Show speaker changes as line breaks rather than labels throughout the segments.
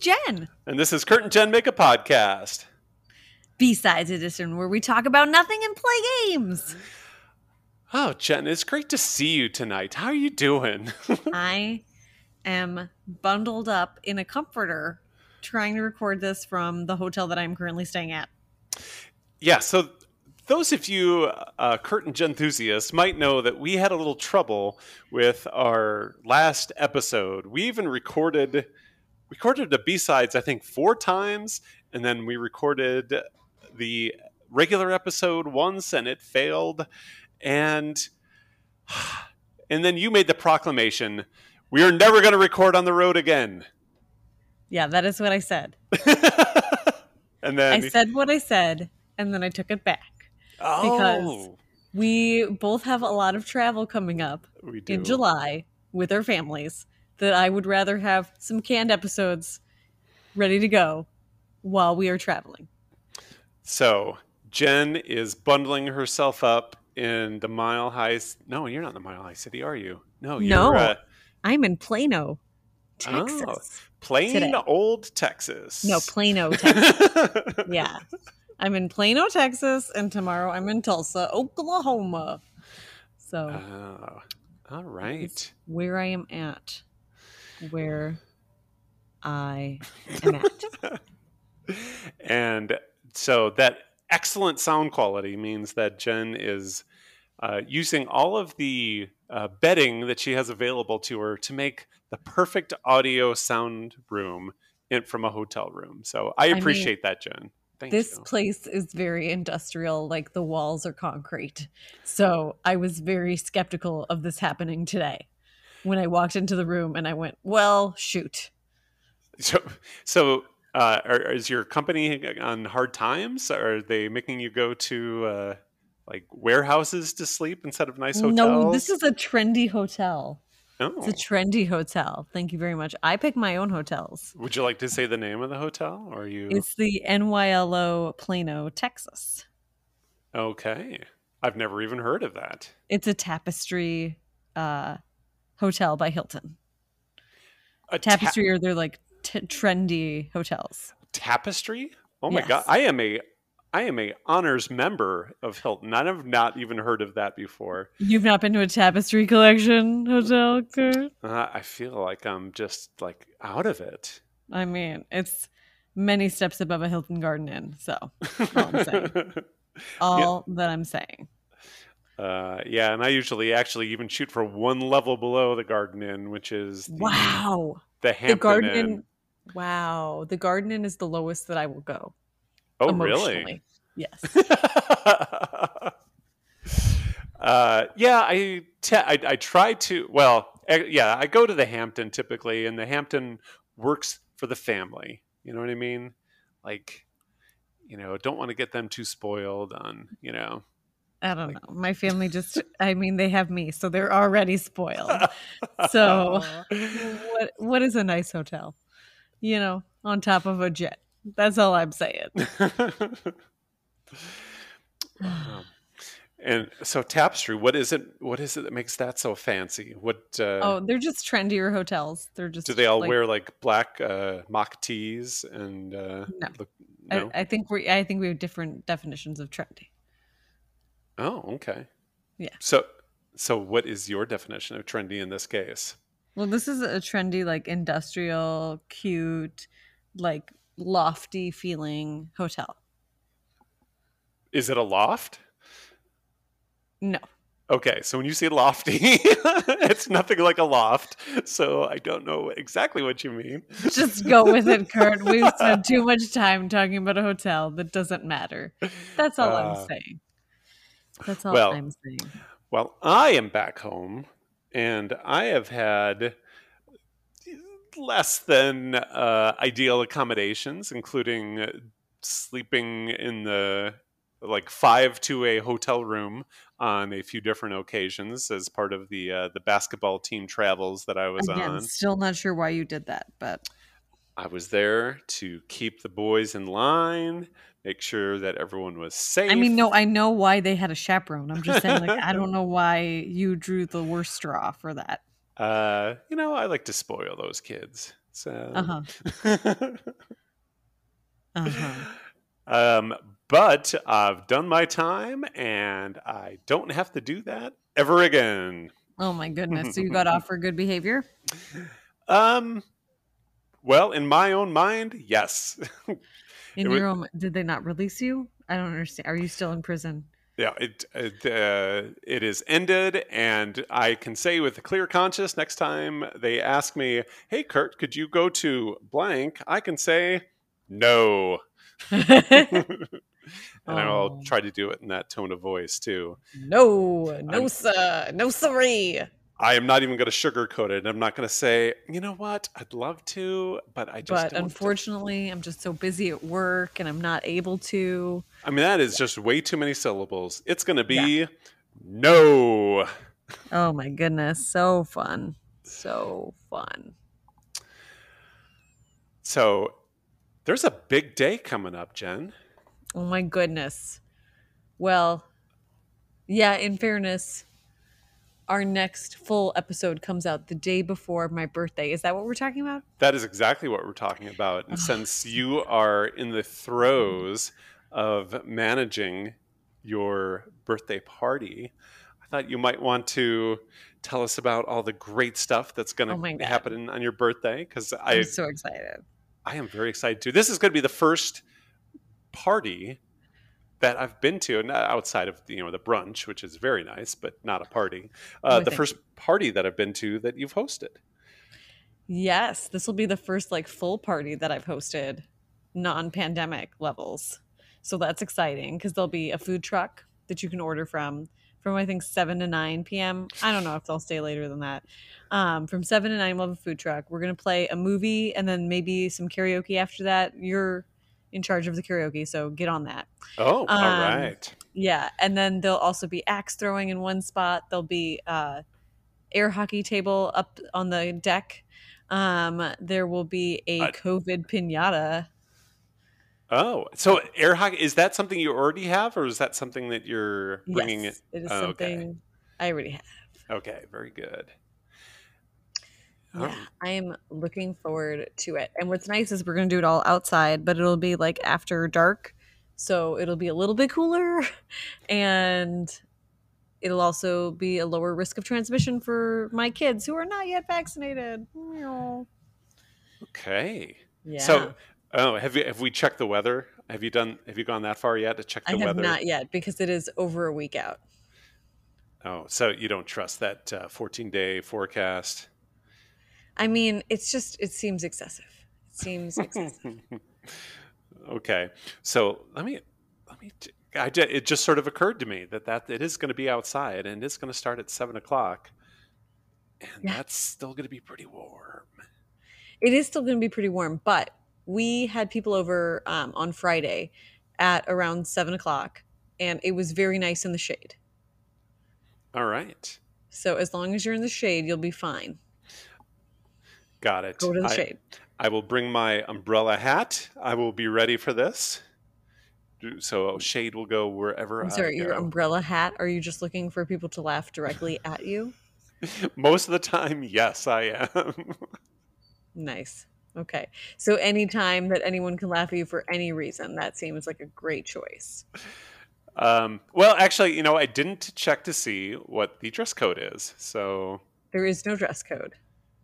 Jen.
And this is Kurt and Jen Make a Podcast.
B-Sides Edition, where we talk about nothing and play games.
Oh, Jen, it's great to see you tonight. How are you doing?
I am bundled up in a comforter trying to record this from the hotel that I'm currently staying at.
yeah, so those of you uh, Kurt and Jen enthusiasts might know that we had a little trouble with our last episode. We even recorded recorded the B-sides I think 4 times and then we recorded the regular episode once and it failed and and then you made the proclamation we are never going to record on the road again.
Yeah, that is what I said.
and then
I said what I said, and then I took it back.
oh,
We both have a lot of travel coming up
we do.
in July with our families that I would rather have some canned episodes ready to go while we are traveling.
So Jen is bundling herself up in the Mile High. c- No, you're not in the Mile High City, are you? No, you're
No.
uh,
I'm in Plano,
Oh.
Texas.
plain
Today.
old Texas.
No, Plano, Texas. yeah. I'm in Plano, Texas, and tomorrow I'm in Tulsa, Oklahoma. So
Oh, all right.
where I am at, where I am at.
And so that excellent sound quality means that Jen is uh, using all of the uh, bedding that she has available to her to make the perfect audio sound room in, from a hotel room. So I
mean,
appreciate that, Jen. Thank
this
you.
place is very industrial, like the walls are concrete. So I was very skeptical of this happening today when I walked into the room and I went, well, shoot.
So, so uh, are, is your company on hard times? Are they making you go to uh, like warehouses to sleep instead of nice hotels?
No, this is a trendy hotel.
Oh.
It's a trendy hotel. Thank you very much. I pick my own hotels.
Would you like to say the name of the hotel? Or are you
It's the NYLO Plano, Texas.
okay? I've never even heard of that.
It's a tapestry uh, hotel by Hilton.
A ta-
Tapestry are they're like t- trendy hotels.
tapestry. Oh my
Yes.
god! I am a I am a honors member of Hilton. I have not even heard of that before.
You've not been to a tapestry collection hotel, Kurt?
Uh, I feel like I'm just like out of it.
I mean, it's many steps above a Hilton Garden Inn. So all I'm saying. all that I'm saying.
Uh, yeah, and I usually actually even shoot for one level below the Garden Inn, which is the,
Wow,
the
the
Hampton
Garden
Inn.
Inn. Wow, the Garden Inn is the lowest that I will go.
Oh, really?
emotionally. Yes.
uh, yeah, I, te- I I try to. Well, eh, yeah, I go to the Hampton typically, and the Hampton works for the family. You know what I mean? Like, you know, don't want to get them too spoiled on. You know,
I don't know. My family just, I mean, they have me, so they're already spoiled. So, what what is a nice hotel? You know, on top of a jet. That's all I'm saying.
Um, and so tapestry what is it what is it that makes that so fancy what uh,
oh, they're just trendier hotels. They're just
do they all
like-
wear like black uh, mock tees and uh,
No.
look,
I-
no?
I, think we I think we have different definitions of trendy.
oh okay
Yeah.
so so what is your definition of trendy in this case
Well, this is a trendy like industrial, cute, like lofty feeling hotel.
is it a loft
No.
okay so when you say lofty it's nothing like a loft so i don't know exactly what you mean
Just go with it, Kurt. We've spent too much time talking about a hotel that doesn't matter. That's all
Uh,
I'm saying. That's all
well,
I'm saying.
Well, I am back home, and I have had less than uh, ideal accommodations, including uh, sleeping in the like five to a hotel room on a few different occasions as part of the uh, the basketball team travels that I was
Again,
on.
still not sure why you did that, but
I was there to keep the boys in line, make sure that everyone was safe.
I mean, no, I know why they had a chaperone. I'm just saying, like, I don't know why you drew the worst straw for that.
Uh, you know, I like to spoil those kids. So,
Uh-huh. Uh-huh.
um, but I've done my time and I don't have to do that ever again.
Oh my goodness. So you got off for good behavior?
Um, well, in my own mind, yes.
In
It
your own, did they not release you? I don't understand. Are you still in prison?
Yeah, it it, uh, it is ended, and I can say with a clear conscience next time they ask me, "Hey, Kurt, could you go to blank?" I can say no, and
Oh.
I'll try to do it in that tone of voice too.
no, no,
I'm-
sir, no, sorry.
I am not even going to sugarcoat it. I'm not going to say, "You know what? I'd love to, but I just."
But
don't."
unfortunately, I'm just so busy at work and I'm not able to.
I mean, that is just way too many syllables. It's going to be no.
Oh my goodness, so fun, so fun.
So there's a big day coming up, Jen.
Oh my goodness. Well, yeah, in fairness, our next full episode comes out the day before my birthday. Is that what we're talking about?
That is exactly what we're talking about. And since you are in the throes of managing your birthday party, I thought you might want to tell us about all the great stuff that's going
Oh my
to
God.
happen on your birthday because
I'm
I
so excited.
I am very excited too. This is going to be the first party that I've been to, and uh, outside of you know the brunch, which is very nice, but not a party. Uh,
Oh,
the
thank
first party that I've been to that you've hosted.
Yes, this will be the first like full party that I've hosted non pandemic levels. So that's exciting because there'll be a food truck that you can order from from I think 7 to 9 p.m. I don't know if they'll stay later than that. Um, from 7 to 9, we'll have a food truck. We're going to play a movie and then maybe some karaoke after that. You're in charge of the karaoke, so get on that.
Oh, all
Um,
right.
Yeah, and then there'll also be axe throwing in one spot. There'll be uh, air hockey table up on the deck. Um, there will be a
Uh,
COVID pinata.
Oh, so air hockey is that something you already have, or is that something that you're bringing
yes, it is
oh, okay.
something I already have.
it? Okay, very good. Oh.
Yeah, I am looking forward to it. And what's nice is we're gonna do it all outside, but it'll be like after dark, so it'll be a little bit cooler, and it'll also be a lower risk of transmission for my kids who are not yet vaccinated. Meow.
Okay.
Yeah.
So, oh, have you have we checked the weather? Have you done? Have you gone that far yet to check
I
the
have
weather?
not yet because it is over a week out.
Oh, so you don't trust that uh, 14 day forecast?
I mean, it's just it seems excessive. It seems excessive.
okay. So let me let me. j- I ju- it just sort of occurred to me that that it is going to be outside and it's going to start at seven o'clock, and
Yeah.
that's still going to be pretty warm.
it is still going to be pretty warm, but we had people over um, on Friday at around seven o'clock, and it was very nice in the shade.
All right.
So as long as you're in the shade, you'll be fine.
Got it.
Go to the
I,
shade.
I will bring my umbrella hat. I will be ready for this. Do- So shade will go wherever
I'm sorry,
I
your
go.
umbrella hat. Are you just looking for people to laugh directly at you?
Most of the time, yes, I am.
Nice. Okay. So anytime that anyone can laugh at you for any reason, that seems like a great choice.
um, well, actually, you know, I didn't check to see what the dress code is. So
There is no dress code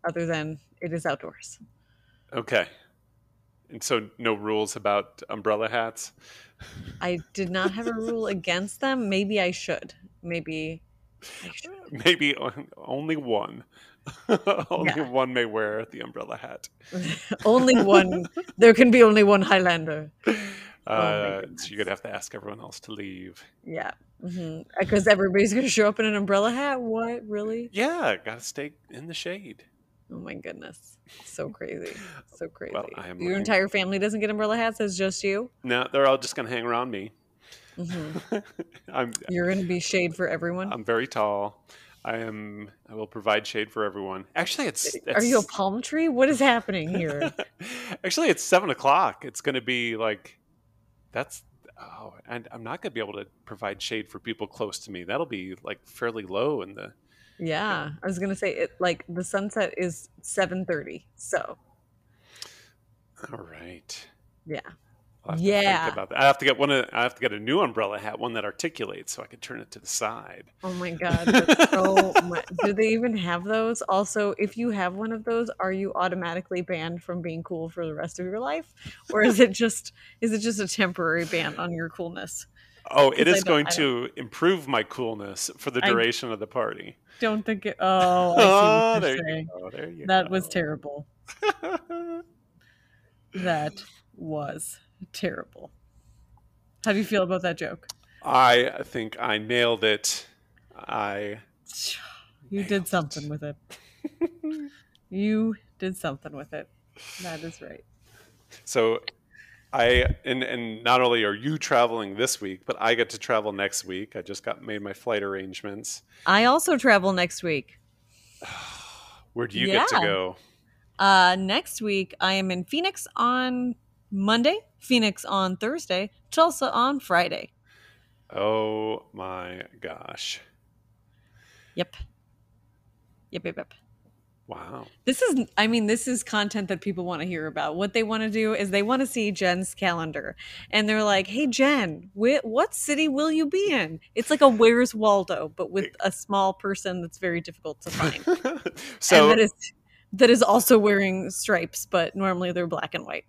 other than it is outdoors.
okay, and so no rules about umbrella hats.
I did not have a rule against them. Maybe I should. Maybe I should.
Maybe on- only one. only
Yeah.
one may wear the umbrella hat.
only one. There can be only one Highlander.
Uh, so
Oh goodness.
you're gonna have to ask everyone else to leave.
Yeah. Mm-hmm. Because everybody's going to show up in an umbrella hat. What? Really?
Yeah, gotta stay in the shade.
Oh my goodness. So crazy. So crazy.
I am
Your
looking-
entire family doesn't get umbrella hats. It's just you.
No, they're all just gonna hang around me.
Mhm.
I'm
You're going to be shade for everyone.
I'm very tall. I am. I will provide shade for everyone. Actually, it's.
Are you a
it's-
palm tree? What is happening here?
Actually, it's seven o'clock. It's going to be like, that's. Oh, and I'm not going to be able to provide shade for people close to me. That'll be like fairly low in the.
Yeah, I was gonna say it. Like the sunset is seven thirty, so
All right.
Yeah.
I'll have to
Yeah.
think about that. I have to get one. Of, I have to get a new umbrella hat, one that articulates, so I can turn it to the side.
Oh my god, that's so much. do they even have those? Also, if you have one of those, are you automatically banned from being cool for the rest of your life, or is it just is it just a temporary ban on your coolness?
Oh, it
'Cause I
is
don't-
going
I
to improve my coolness for the
I-
duration of the party.
Don't think it. Oh, I
Oh,
see what
there
you're
you
saying.
go. There you
That was
go.
terrible. That was terrible. How do you feel about that joke?
I think I nailed it. I
You
Nailed it.
did something with it. You did something with it. That is right.
so I and and not only are you traveling this week, but I get to travel next week. I just got made my flight arrangements.
I also travel next week.
Where do you get to
Yeah.
go?
Uh, next week, I am in Phoenix on Monday, Phoenix on Thursday, Tulsa on Friday.
Oh my gosh.
Yep. Yep, yep, yep.
Wow.
This is, I mean, this is content that people want to hear about. What they want to do is they want to see Jen's calendar. And they're like, hey, Jen, wh- what city will you be in? It's like a Where's Waldo, but with a small person that's very difficult to find.
so
and that is, that is also wearing stripes, but normally they're black and white.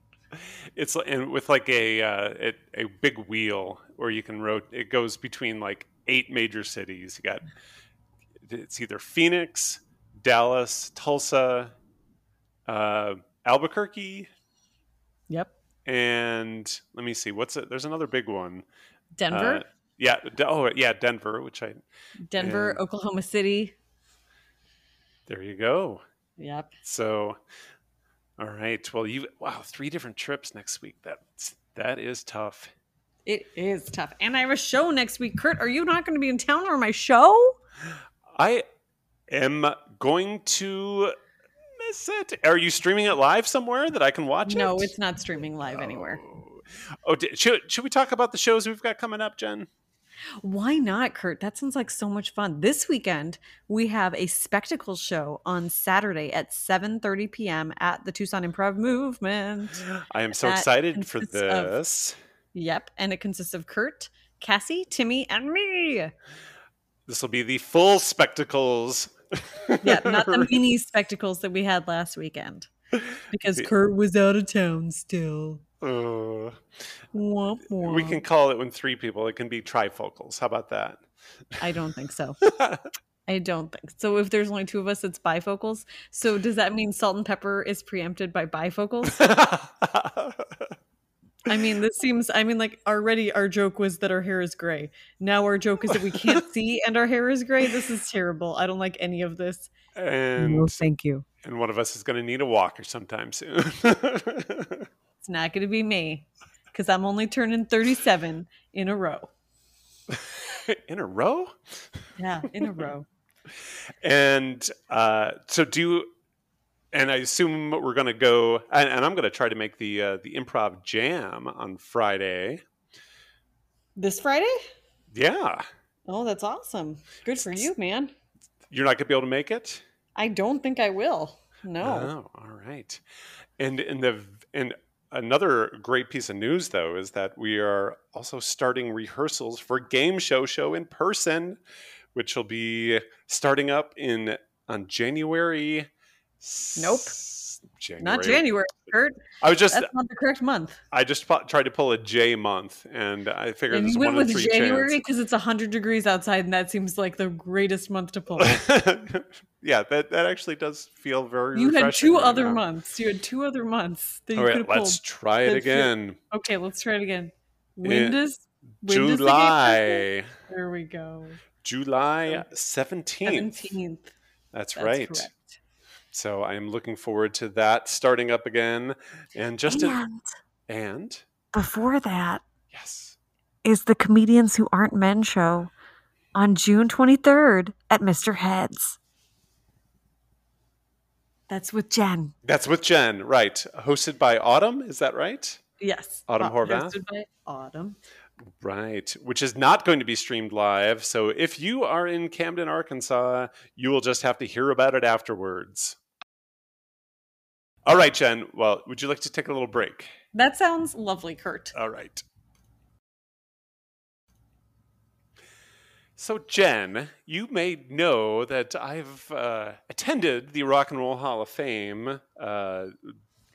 it's li- and with like a uh, it, a big wheel where you can rotate. It goes between like eight major cities. You got it's either Phoenix, Dallas, Tulsa, uh, Albuquerque,
Yep.
and let me see what's it. There's another big one.
Denver.
Uh, yeah. D- oh yeah, Denver. Which I
Denver,
And-
Oklahoma City.
there you go.
Yep.
So, all right. Well, you wow, three different trips next week. That's that is tough.
It is tough. And I have a show next week. Kurt, are you not going to be in town for my show?
I am going to miss it. Are you streaming it live somewhere that I can watch it?
No, it's not streaming live anywhere.
Oh. Oh, di- should, should we talk about the shows we've got coming up, Jen?
Why not, Kurt? That sounds like so much fun. This weekend, we have a spectacle show on Saturday at 7:30 p.m. at the Tucson Improv Movement.
I am so
That
excited for
consists of-
this.
Yep, and it consists of Kurt, Cassie, Timmy, and me.
This will be the full spectacles.
Yeah, not the mini spectacles that we had last weekend because
The-
Kurt was out of town still.
Uh,
Womp,
we can
womp.
call it when three people. It can be trifocals. How about that?
I don't think so. I don't think so. If there's only two of us, it's bifocals. So does that mean salt and pepper is preempted by bifocals? I mean, this seems. I mean, like already our joke was that our hair is gray. Now our joke is that we can't see and our hair is gray. This is terrible. I don't like any of this.
and
thank you.
and one of us is going to need a walker sometime soon.
It's not going to be me because I'm only turning 37 in a row.
In a row?
Yeah, in a row.
And uh, so do you, and I assume we're going to go, and, and I'm going to try to make the uh, the improv jam on Friday.
This Friday?
Yeah,
Oh, that's awesome. Good for you, man.
you're not going to be able to make it.
I don't think I will. No.
Oh, all right. And in the and another great piece of news though is that we are also starting rehearsals for Game Show Show in person, which will be starting up in on January.
Nope.
s- January.
Not January, Kurt.
I was just
That's not the correct month.
I just po- tried to pull a J month, and I figured
And
it's
you
one
went
in
with
three
January because it's 100 degrees outside, and that seems like the greatest month to pull.
chance. yeah, that that actually does feel very.
you had
refreshing
two
right
other
now.
months. You had two other months that you
All
could
right,
have
let's
pulled.
try it
That's your-
again.
Okay, let's try it again.
Yeah.
When does when does the game start?
July.
There we go.
July 17th.
Seventeenth.
That's,
That's
right.
correct.
So I am looking forward to that starting up again. And just a-
and
and
before that
yes.
is the comedians who aren't men show on June twenty third at Mr. Heads. That's with Jen.
That's with Jen, right? Hosted by Autumn, is that right?
Yes.
Autumn
Ho-
Horvath?
hosted by Autumn.
Right, which is not going to be streamed live. So if you are in Camden, Arkansas, you will just have to hear about it afterwards. All right, Jen. Well, would you like to take a little break?
That sounds lovely, Kurt.
All right. So, Jen, you may know that I've uh, attended the Rock and Roll Hall of Fame uh,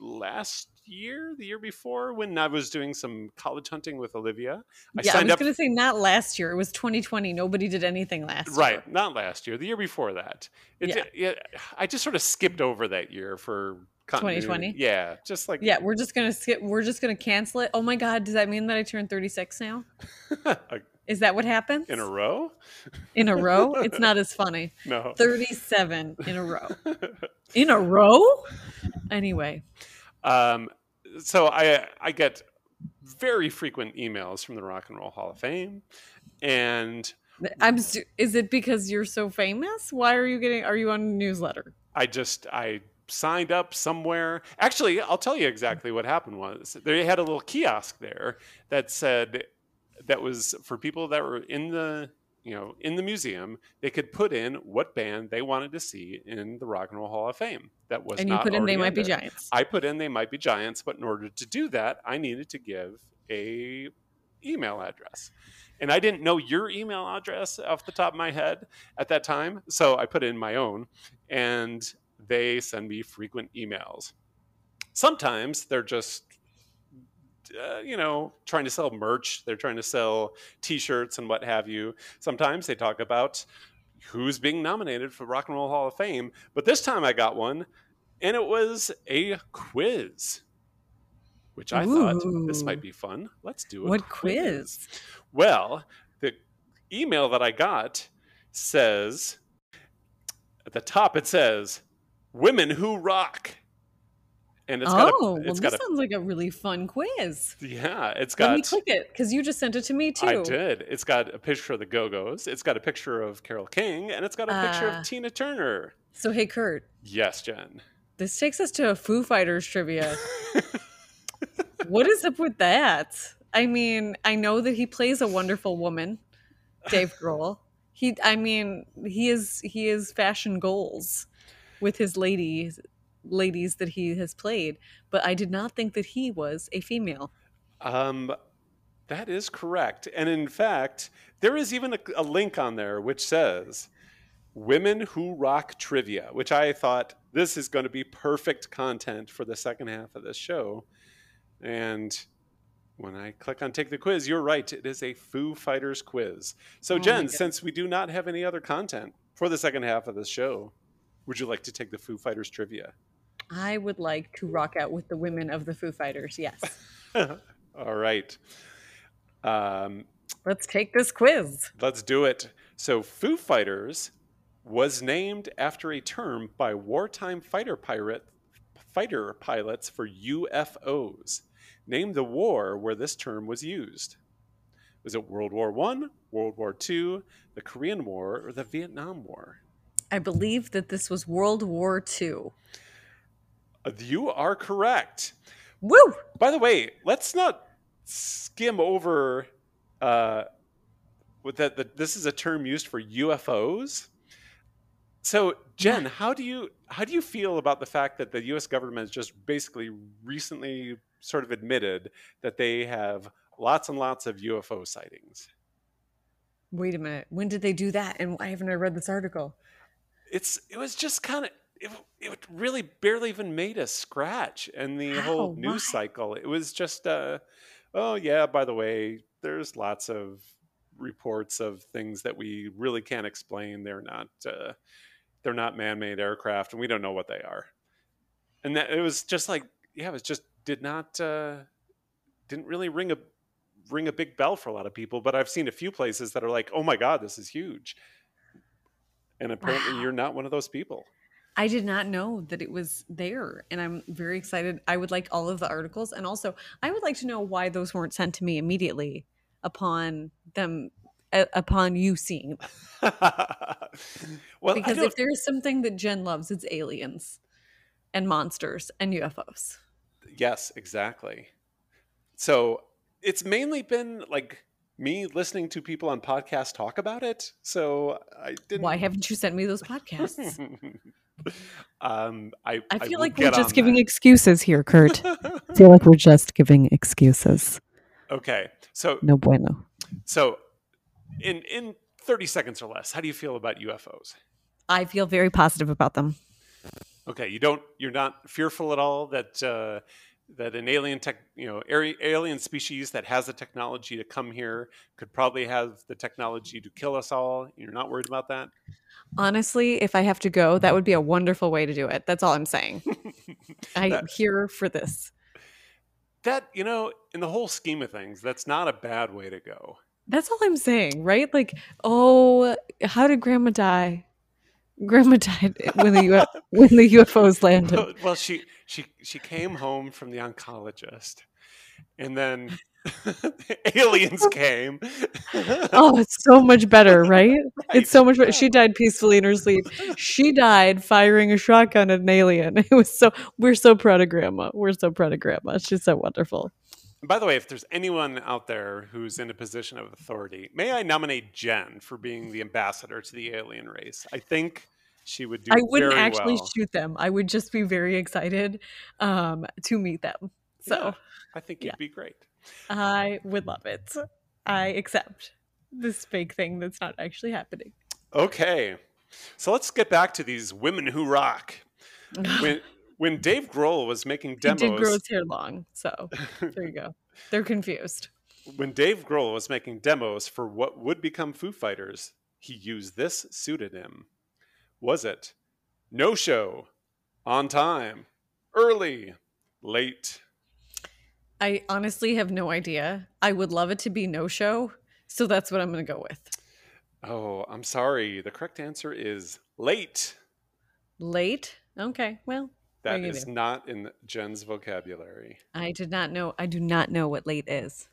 last year, the year before, when I was doing some college hunting with Olivia. I
yeah, I
signed
was
up.
going to say not last year. It was 2020. Nobody did anything last year.
Right, not last year, the year before that. It,
Yeah.
yeah, I just sort of skipped over that year for continuity.
2020?
Yeah, just like
Yeah, we're just gonna skip. We're just gonna cancel it. Oh my god, does that mean that I turned thirty six now? Is that what happens
in a row.
In a row? It's not as funny.
No.
Thirty seven in a row. In a row? Anyway,
Um, so I I get very frequent emails from the Rock and Roll Hall of Fame, and
I'm. su- Is it because you're so famous? Why are you getting? Are you on a newsletter?
I just I signed up somewhere. Actually, I'll tell you exactly what happened was they had a little kiosk there that said that was for people that were in the you know in the museum they could put in what band they wanted to see in the Rock and Roll Hall of Fame that was
and you
not
put in they
already
might be
there.
giants.
I put in they might be giants, but in order to do that, I needed to give a email address. And I didn't know your email address off the top of my head at that time, so I put in my own and they send me frequent emails. Sometimes they're just uh, you know, trying to sell merch, they're trying to sell t-shirts and what have you. Sometimes they talk about who's being nominated for Rock and Roll Hall of Fame, but this time I got one and it was a quiz, which I thought this
Ooh.
might be fun. Let's do a
What quiz?
Well, the email that I got says at the top it says "Women Who Rock," and it's got
oh,
a,
well,
it's
this
got a,
sounds like a really fun quiz.
yeah, it's
Let me
got.
click it because you just sent it to me too.
I did. It's got a picture of the Go Go's. It's got a picture of Carol King, and it's got a picture
Ah.
of Tina Turner.
So hey, Kurt,
Yes, Jen.
This takes us to a Foo Fighters trivia. what is up with that? I mean, I know that he plays a wonderful woman, Dave Grohl. He, I mean, he is he is fashion goals with his ladies ladies that he has played, but I did not think that he was a female.
Um, that is correct. And in fact, there is even a, a link on there which says Women Who Rock Trivia, which I thought this is going to be perfect content for the second half of this show. And when I click on Take the Quiz, you're right. It is a Foo Fighters quiz. So,
Oh my
Jen,
God.
since we do not have any other content for the second half of the show, would you like to take the Foo Fighters trivia?
I would like to rock out with the women of the Foo Fighters. Yes. Uh-huh.
All right. Um,
Let's take this quiz.
Let's do it. So, Foo Fighters was named after a term by wartime fighter pirate fighter pilots for UFOs. Name the war where this term was used. Was it World War One, World War Two, the Korean War, or the Vietnam War?
I believe that this was World War II.
Uh, You are correct.
Woo!
By the way, let's not skim over uh, with that. that this is a term used for UFOs. So, Jen, how do you how do you feel about the fact that the U.S. government has just basically recently sort of admitted that they have lots and lots of UFO sightings?
Wait a minute. When did they do that? And why haven't I read this article?
It's it was just kind of. It, it really barely even made a scratch in the whole
How?
news
Why?
cycle. It was just, uh, oh yeah, by the way, there's lots of reports of things that we really can't explain. They're not uh, they're not man-made aircraft, and we don't know what they are. And that it was just like, yeah, it was just did not uh, didn't really ring a ring a big bell for a lot of people. But I've seen a few places that are like, oh my god, this is huge. And apparently,
Wow.
you're not one of those people.
I did not know that it was there. And I'm very excited. I would like all of the articles. And also, I would like to know why those weren't sent to me immediately upon them, uh, upon you seeing them.
well, Oh, I
Because
don't,
if there is something that Jen loves, it's aliens and monsters and UFOs.
yes, exactly. So it's mainly been like me listening to people on podcasts talk about it. So I didn't.
Why haven't you sent me those podcasts?
Um, I,
I feel
will
like we're
get
just
on
giving
that.
excuses here, Kurt. I feel like we're just giving excuses.
okay, so
No bueno.
so in in thirty seconds or less, how do you feel about UFOs?
I feel very positive about them.
Okay, you don't you're not fearful at all that uh, that an alien tech you know ari- alien species that has the technology to come here could probably have the technology to kill us all. You're not worried about that.
Honestly, if I have to go, that would be a wonderful way to do it. That's all I'm saying. I'm here for this.
that you know, in the whole scheme of things, that's not a bad way to go.
That's all I'm saying, right? Like, oh, how did Grandma die? Grandma died when the UFO, when the UFOs landed.
well, she she she came home from the oncologist, and then aliens came.
Oh, it's so much better, right? It's so much better.
yeah.
She died peacefully in her sleep. She died firing a shotgun at an alien. It was so. We're so proud of Grandma. We're so proud of Grandma. She's so wonderful.
By the way, if there's anyone out there who's in a position of authority, may I nominate Jen for being the ambassador to the alien race? I think she would do.
I wouldn't
very
actually
well.
shoot them. I would just be very excited um, to meet them. So
Yeah, I think
yeah.
you'd be great.
I would love it. I accept this fake thing that's not actually happening.
Okay, so let's get back to these women who rock. When when Dave Grohl was making
He
Mm-hmm. demos,
did grow his hair long, so there you go. They're confused.
when Dave Grohl was making demos for what would become Foo Fighters, he used this pseudonym. Was it no show, on time, early, late?
I honestly have no idea. I would love it to be no show, so that's what I'm going to go with.
Oh, I'm sorry. The correct answer is late.
Late. Okay. Well,
That
Right.
is not in Jen's vocabulary.
I did not know. I do not know what late is.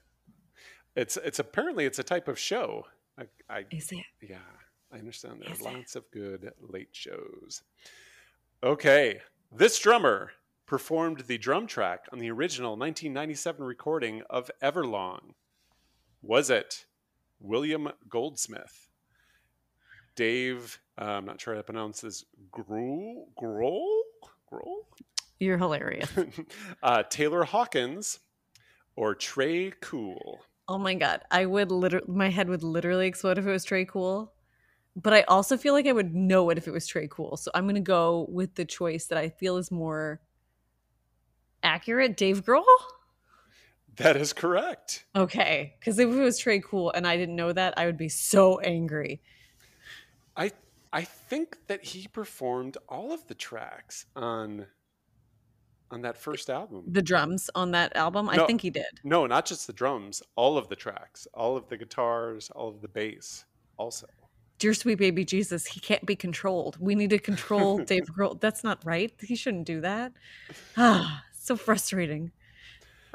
It's it's apparently it's a type of show. I, I
Is it?
yeah, I understand. There's
Is it?
lots of good late shows. Okay, this drummer performed the drum track on the original 1997 recording of Everlong. Was it William Goldsmith, Dave? Uh, I'm not sure how to pronounce this. Grohl, Grohl, Grohl,
You're hilarious.
uh, Taylor Hawkins, or Trey Cool.
Oh my god, I would literally my head would literally explode if it was Trey Cool. But I also feel like I would know it if it was Trey Cool. So I'm going to go with the choice that I feel is more accurate, Dave Grohl.
That is correct.
Okay, cuz if it was Trey Cool and I didn't know that, I would be so angry.
I I think that he performed all of the tracks on on that first album.
The drums on that album,
No.
I think he did.
no, not just the drums, all of the tracks, all of the guitars, all of the bass also.
Dear sweet baby Jesus, he can't be controlled. We need to control Dave Grohl. That's not right. He shouldn't do that. Ah, so frustrating.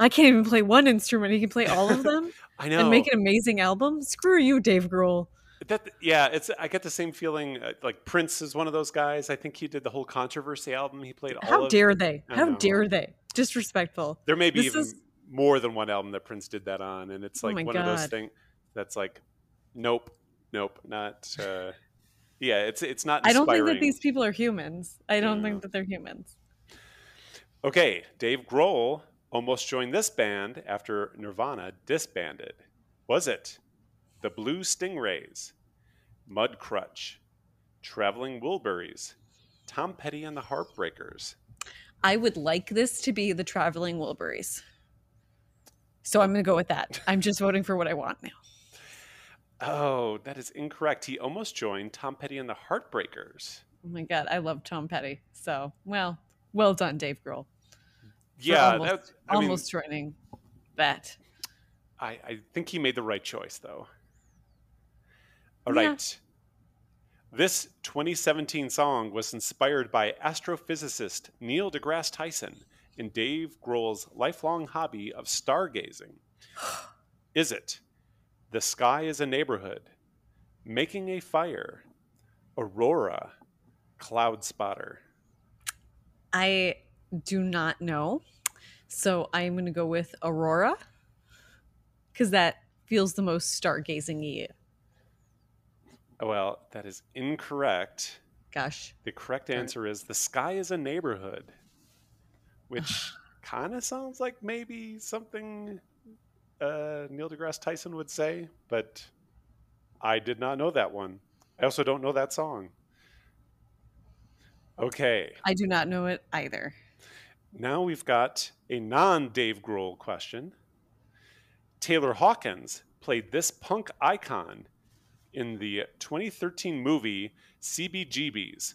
I can't even play one instrument. He can play all of them.
I know.
and make an amazing album. Screw you, Dave Grohl.
that yeah, it's I get the same feeling uh, like Prince is one of those guys. I think he did the whole controversy album. He played all
How
of
dare they?
I
How
know.
dare they? Disrespectful.
There may be
this
even
is-
more than one album that Prince did that on and it's
Oh
like
my
one of those
God.
things that's like nope, nope, not uh yeah, it's it's not
I don't
inspiring.
think that these people are humans. I don't
Yeah.
think that they're humans.
Okay, Dave Grohl almost joined this band after Nirvana disbanded. Was it the Blue Stingrays, Mudcrutch, Traveling Wilburys, Tom Petty and the Heartbreakers?
I would like this to be the Traveling Wilburys. So I'm going to go with that. I'm just voting for what I want now.
Oh, that is incorrect. He almost joined Tom Petty and the Heartbreakers.
Oh my God. I love Tom Petty. So, well, well done, Dave Grohl.
Yeah,
almost-
that, I
Almost joining that.
mean, I, I think he made the right choice, though. All
Yeah.
right. This 2017 song was inspired by astrophysicist Neil deGrasse Tyson and Dave Grohl's lifelong hobby of stargazing. Is it The Sky is a Neighborhood, Making a Fire, Aurora, Cloud Spotter?
I do not know. So I'm going to go with Aurora because that feels the most stargazing y.
Well, that is incorrect.
gosh.
The correct answer is the sky is a neighborhood, which kind of sounds like maybe something uh, Neil deGrasse Tyson would say, but I did not know that one. I also don't know that song. Okay.
I do not know it either.
Now we've got a non Dave Grohl question. Taylor Hawkins played this punk icon in the 2013 movie CBGBs.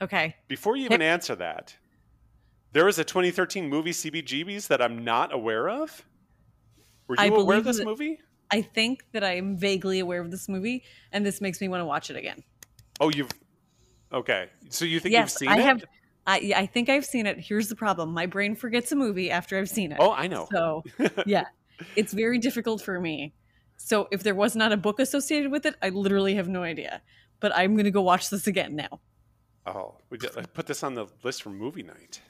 Okay.
Before you even answer that, there is a 2013 movie CBGBs that I'm not aware of. Were you
I
aware of
believe
this
that-
movie?
I think that I am vaguely aware of this movie, and this makes me want to watch it again.
Oh, you've. Okay. So you think you've
yes,
seen
I
it?
have. I, yeah, I think I've seen it. Here's the problem: my brain forgets a movie after I've seen it.
Oh, I know.
So, yeah, it's very difficult for me. So, if there was not a book associated with it, I literally have no idea. But I'm going to go watch this again now.
Oh, we just, I put this on the list for movie night.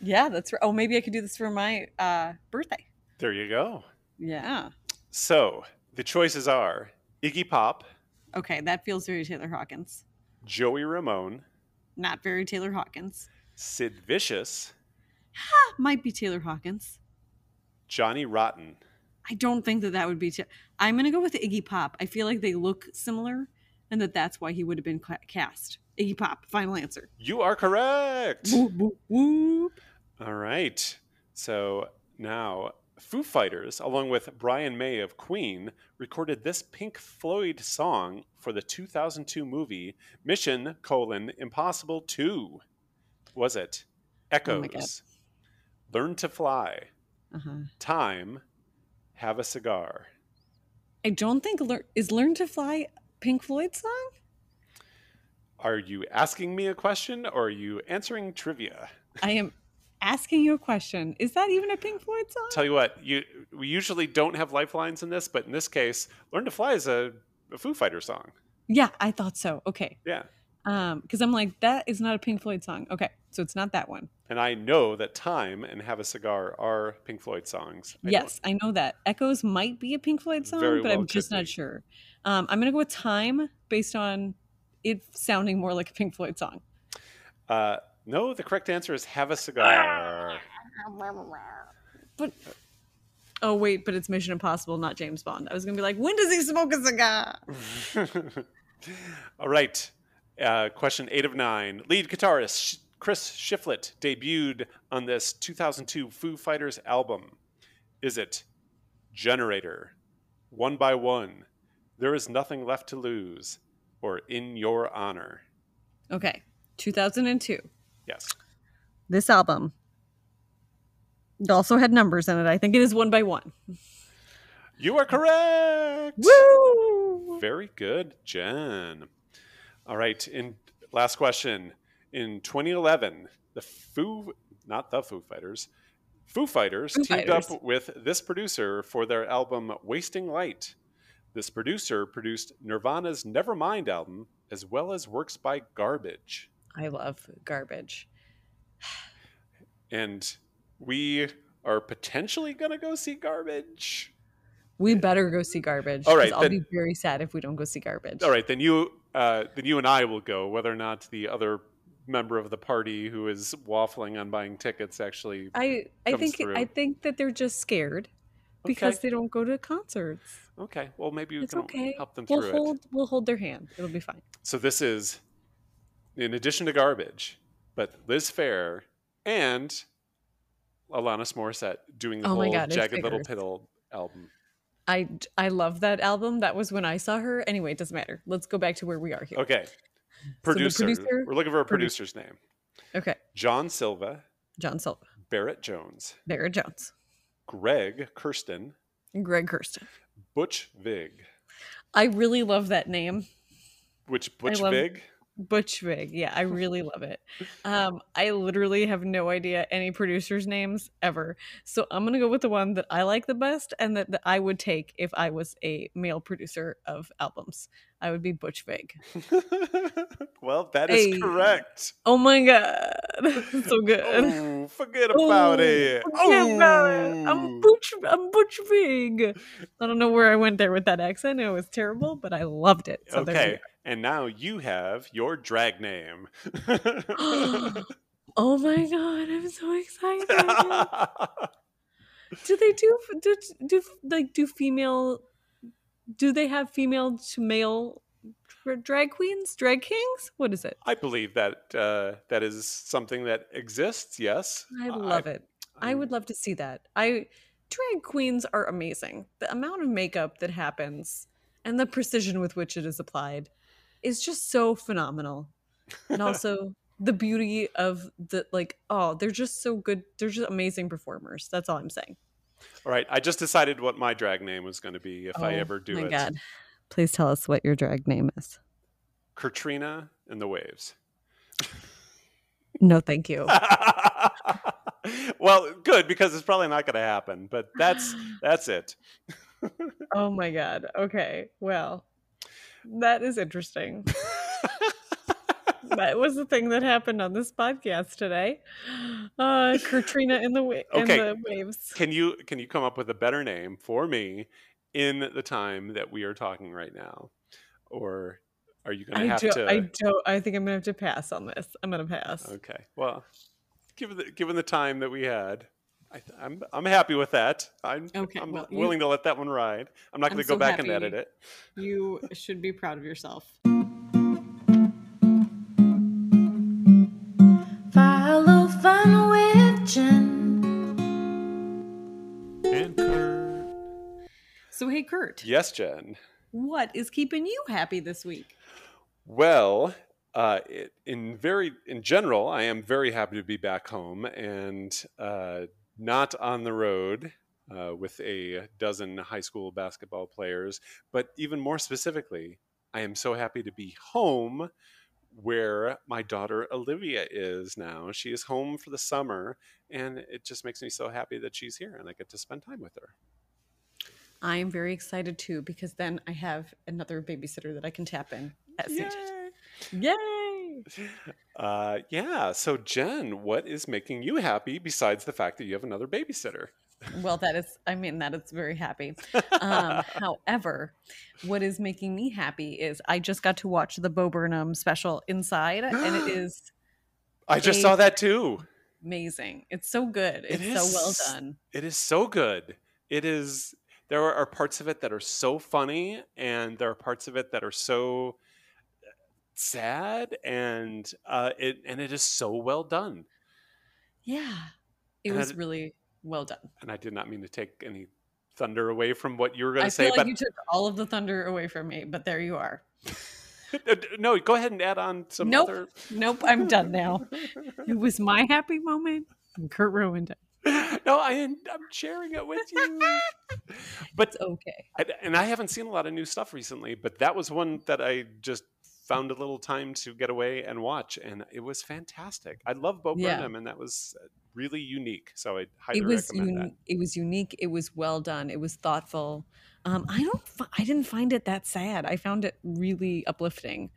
Yeah, that's right. Oh, maybe I could do this for my uh, birthday.
There you go.
Yeah.
So the choices are Iggy Pop,
Oh, Okay, that feels very Taylor Hawkins.
Joey Ramone,
Not very Taylor Hawkins.
Sid Vicious,
Ah, Might be Taylor Hawkins.
Johnny Rotten.
I don't think that that would be. Ta- I'm going to go with Iggy Pop. I feel like they look similar, and that that's why he would have been cla cast. Iggy Pop. Final answer.
You are correct.
Whoop, whoop, whoop.
All right. So now, Foo Fighters, along with Brian May of Queen, recorded this Pink Floyd song for the 2002 movie Mission: colon, Impossible 2. Was it
Oh my God.
Echoes, Learn to Fly,
Uh-huh.
Time, Have a Cigar?
I don't think lear- is "Learn to Fly" Pink Floyd song.
Are you asking me a question or are you answering trivia?
I am asking you a question. Is that even a Pink Floyd song?
Tell you what, you we usually don't have lifelines in this, but in this case, Learn to Fly is a, a Foo Fighter song.
yeah, I thought so. Okay,
Yeah.
um, because I'm like that is not a Pink Floyd song. Okay, so it's not that one.
And I know that Time and Have a Cigar are Pink Floyd songs. I
yes, I know that Echoes might be a Pink Floyd song,
Very
but
well
I'm just
could be.
not sure. Um, I'm gonna go with "Time" based on it sounding more like a Pink Floyd song.
don't- Uh, no, the correct answer is Have a Cigar.
Oh wait, but it's Mission Impossible, not James Bond. I was gonna be like, when does he smoke a cigar?
All right. Uh, question eight of nine. Lead guitarist Sh- Chris Shiflett debuted on this 2002 Foo Fighters album. Is it Generator, One by One, There Is Nothing Left to Lose, or In Your Honor?
Okay, 2002.
Yes.
this album it also had numbers in it. I think it is one by one.
You are correct.
Woo!
Very good, Jen. All right, and last question. In 2011, the Foo, not the Foo Fighters, Foo Fighters
Foo
teamed
Fighters.
up with this producer for their album Wasting Light. This producer produced Nirvana's Nevermind album as well as works by Garbage.
I love garbage.
And we are potentially going to go see Garbage.
We better go see garbage.
All
'cause
right,
I'll
then-
be very sad if we don't go see garbage.
All right, then you, uh, then you and I will go. Whether or not the other member of the party who is waffling on buying tickets actually,
I I
Comes
think
through.
I think that they're just scared because they don't go to concerts.
okay, well maybe we
It's
can
okay.
help them through
We'll hold
it.
we'll hold their hand. It'll be fine.
So this is, in addition to garbage, but Liz Fair and Alanis Morissette doing the
Oh my
whole
God, it
Jagged Little
figures.
Pill album.
I I love that album. That was when I saw her. Anyway, it doesn't matter. Let's go back to where we are here.
Okay,
So the
producer.
producer-
We're looking for a
producer.
producer's name.
Okay.
John Silva,
John Silva,
Barrett Jones,
Barrett Jones,
Greg Kirsten,
Greg Kirsten.
Butch Vig.
I really love that name.
Which Butch
love-
Vig?
Butch Vig. Yeah, I really love it. Um, I literally have no idea any producers' names ever. So I'm going to go with the one that I like the best and that, that I would take if I was a male producer of albums. I would be Butch Vig.
well, that is
Hey.
correct.
Oh my god, so good.
Oh, forget about
Oh,
it.
forget about it.
Oh.
I'm Butch. I'm Butch Vig. I don't know where I went there with that accent. It was terrible, but I loved it. So there you
okay, and now you have your drag name.
go. oh my god, I'm so excited. do they do do do like do female? Do they have female to male dra- drag queens, drag kings? What is it?
I believe that uh, that is something that exists. Yes,
I love it. I would love to see that. I drag queens are amazing. The amount of makeup that happens and the precision with which it is applied is just so phenomenal. And also the beauty of the like oh, they're just so good. They're just amazing performers. That's all I'm saying.
All right, I just decided what my drag name was going to be if I
Oh,
ever do
my
it.
god. Please tell us what your drag name is.
Katrina and the Waves.
No, thank you. Oh.
well, good because it's probably not going to happen. But that's that's it.
Oh my god. Okay. Well, that is interesting. that was the thing that happened on this podcast today. Uh, Katrina in the, wa- and
Okay.
the waves.
Can you can you come up with a better name for me in the time that we are talking right now, or are you going to
I
have
do.
to?
I do. I think I'm gonna have to pass on this. I'm gonna pass.
Okay. Well, given the given the time that we had, I th- I'm I'm happy with that. I'm
Okay,
I'm
well, you-
willing to let that one ride. I'm not
I'm
going to go
so
back and
happy.
edit it.
You should be proud of yourself.
Follow fun with Jen.
And Kurt.
So hey, Kurt,
Yes, Jen.
what is keeping you happy this week?
Well, uh, it, in very in general, I am very happy to be back home and uh, not on the road uh, with a dozen high school basketball players. But even more specifically, I am so happy to be home where my daughter Olivia is now. She is home for the summer, and it just makes me so happy that she's here and I get to spend time with her.
I am very excited too because then I have another babysitter that I can tap in. At Yay! Yay!
Uh, yeah. So, Jen, what is making you happy besides the fact that you have another babysitter?
Well, that is, I mean, that is very happy. Um, however, what is making me happy is I just got to watch the Bo Burnham special inside, and it is
I just saw that too.
amazing. It's so good.
It
It's so well
is.
done.
It is so good. It is. There are parts of it that are so funny, and there are parts of it that are so uh, sad, and uh, it and it is so well done.
Yeah, it
And I
was
d-
really well done.
And I did not mean to take any thunder away from what you were going
I
to say,
feel like
but
you took all of the thunder away from me, but there you are.
uh, no. Go ahead and add on some
Nope.
other.
Nope, I'm done now. It was my happy moment, and Kurt ruined it.
no, I am, I'm sharing it with you.
It's okay.
I, and I haven't seen a lot of new stuff recently, but that was one that I just found a little time to get away and watch, and it was fantastic. I love Bo
Yeah.
Burnham, and that was uh, really unique. So I highly
it was
recommend that.
uni- it was unique. It was well done. It was thoughtful. Um, I don't. Fi- I didn't find it that sad. I found it really uplifting.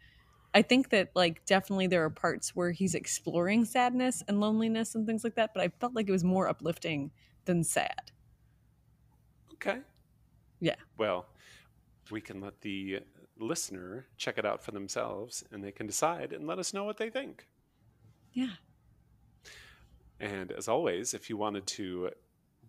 I think that like definitely there are parts where he's exploring sadness and loneliness and things like that, but I felt like it was more uplifting than sad.
Okay.
Yeah.
Well, we can let the listener check it out for themselves, and they can decide and let us know what they think.
Yeah.
And as always, if you wanted to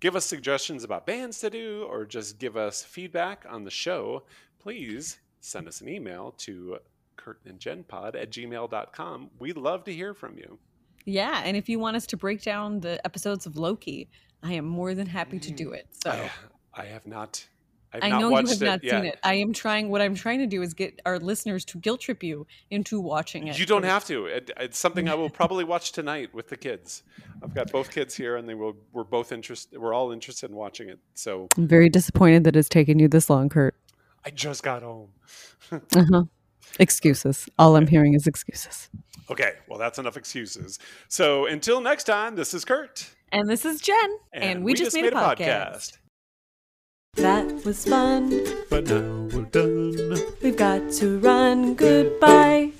give us suggestions about bands to do or just give us feedback on the show, please send us an email to curtainandgenpod at gmail.com. We love to hear from you.
Yeah, and if you want us to break down the episodes of Loki, I am more than happy to do it. So
Mm. I, I have not. I've
Oh. I
not
know you
watched
have not
it yet.
seen it. I am trying. What I'm trying to do is get our listeners to guilt trip you into watching it.
You don't have to. It, it's something I will probably watch tonight with the kids. I've got both kids here, and they will. We're both interested. We're all interested in watching it. So
I'm very disappointed that it's taken you this long, Kurt.
I just got home.
Uh-huh. Excuses. All I'm hearing is excuses.
Okay, well that's enough excuses. So until next time, this is Kurt.
And this is Jen. And, we, just, made, a podcast. That was fun.
But now we're done.
We've got to run. Goodbye.